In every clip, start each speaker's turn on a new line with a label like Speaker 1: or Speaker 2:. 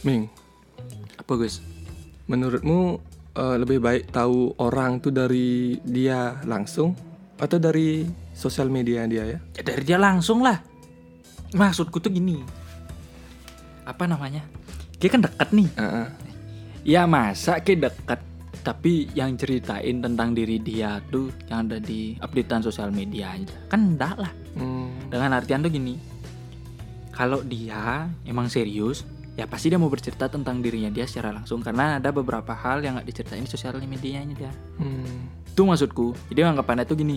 Speaker 1: Ming, apa Gus? Menurutmu eh, lebih baik tahu orang tuh dari dia langsung atau dari sosial media dia ya?
Speaker 2: Ya dari dia langsung lah. Maksudku tuh gini. Apa namanya? Dia kan deket nih.
Speaker 1: Heeh.
Speaker 2: Ya masa ke deket tapi yang ceritain tentang diri dia tuh yang ada di updatean sosial media aja kan enggak lah
Speaker 1: Hmm,
Speaker 2: dengan artian tuh gini kalau dia emang serius ya pasti dia mau bercerita tentang dirinya dia secara langsung karena ada beberapa hal yang nggak diceritain di sosial medianya dia
Speaker 1: hmm,
Speaker 2: itu maksudku jadi anggapannya tuh gini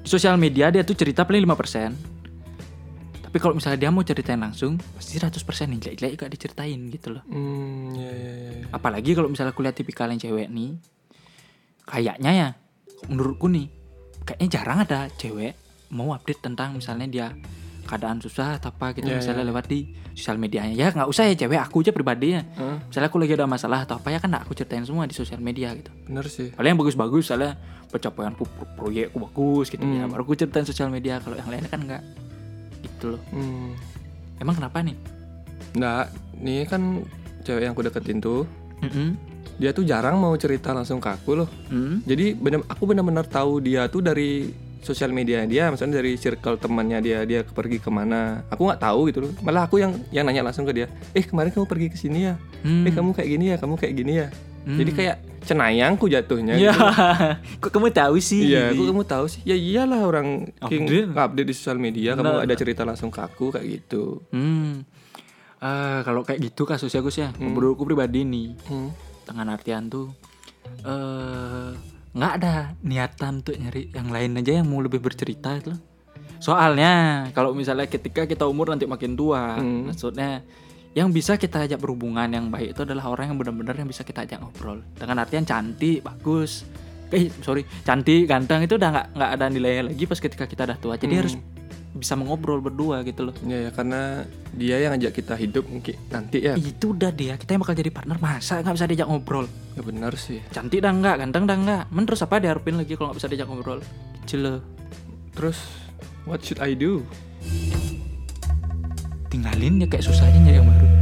Speaker 2: di sosial media dia tuh cerita paling 5% tapi kalau misalnya dia mau ceritain langsung pasti 100% yang jelek-jelek gak diceritain gitu loh
Speaker 1: hmm, ya, ya, ya, ya.
Speaker 2: Apalagi kalau misalnya kuliah tipikal yang cewek nih Kayaknya ya Menurutku nih Kayaknya jarang ada cewek Mau update tentang misalnya dia Keadaan susah atau apa gitu
Speaker 1: Ya,
Speaker 2: Misalnya
Speaker 1: ya.
Speaker 2: lewat di sosial medianya Ya nggak usah ya cewek aku aja pribadi ya
Speaker 1: Heeh,
Speaker 2: Misalnya aku lagi ada masalah atau apa Ya kan nggak aku ceritain semua di sosial media gitu
Speaker 1: bener sih.
Speaker 2: Kalau yang bagus-bagus misalnya Pencapaianku pro- proyekku bagus gitu ya
Speaker 1: Hmm.
Speaker 2: Baru aku ceritain sosial media Kalau yang lainnya kan nggak Gitu loh
Speaker 1: Hmm.
Speaker 2: Emang kenapa nih?
Speaker 1: Nah, nih kan cewek yang aku deketin tuh,
Speaker 2: Mm-mm.
Speaker 1: dia tuh jarang mau cerita langsung ke aku loh.
Speaker 2: Mm.
Speaker 1: Jadi bener, aku benar-benar tahu dia tuh dari sosial media dia, misalnya dari circle temannya dia, dia pergi kemana. Aku nggak tahu gitu loh. Malah aku yang yang nanya langsung ke dia. Eh kemarin kamu pergi ke sini ya?
Speaker 2: Mm.
Speaker 1: Eh kamu kayak gini ya? Kamu kayak gini ya?
Speaker 2: Mm.
Speaker 1: Jadi kayak cenayangku jatuhnya.
Speaker 2: Ya,
Speaker 1: gitu.
Speaker 2: kok kamu tahu sih?
Speaker 1: Iya, aku kamu tahu sih. Ya iyalah orang king
Speaker 2: Update.
Speaker 1: update di sosial media, kamu
Speaker 2: Benar.
Speaker 1: ada cerita langsung ke aku kayak gitu.
Speaker 2: Hmm. Eh, kalau kayak gitu kasusnya Gus ya, menurutku pribadi nih,
Speaker 1: Hmm.
Speaker 2: dengan artian tuh eh nggak ada niatan tuh nyari yang lain aja yang mau lebih bercerita itu. loh. Soalnya kalau misalnya ketika kita umur nanti makin tua,
Speaker 1: Hmm.
Speaker 2: maksudnya yang bisa kita ajak berhubungan yang baik itu adalah orang yang benar-benar yang bisa kita ajak ngobrol. Dengan artian cantik, bagus, eh sorry cantik, ganteng itu udah nggak nggak ada nilainya lagi pas ketika kita udah tua. Jadi
Speaker 1: Hmm.
Speaker 2: harus bisa mengobrol berdua gitu loh.
Speaker 1: Ya, ya karena dia yang ngajak kita hidup mungkin nanti ya.
Speaker 2: itu udah dia kita yang bakal jadi partner masa nggak bisa diajak ngobrol
Speaker 1: Ya benar sih.
Speaker 2: cantik dah nggak ganteng dah nggak men terus apa diharapin lagi kalau nggak bisa diajak ngobrol kecil loh
Speaker 1: Terus what should I do?
Speaker 2: tinggalin ya kayak susahnya nyari yang baru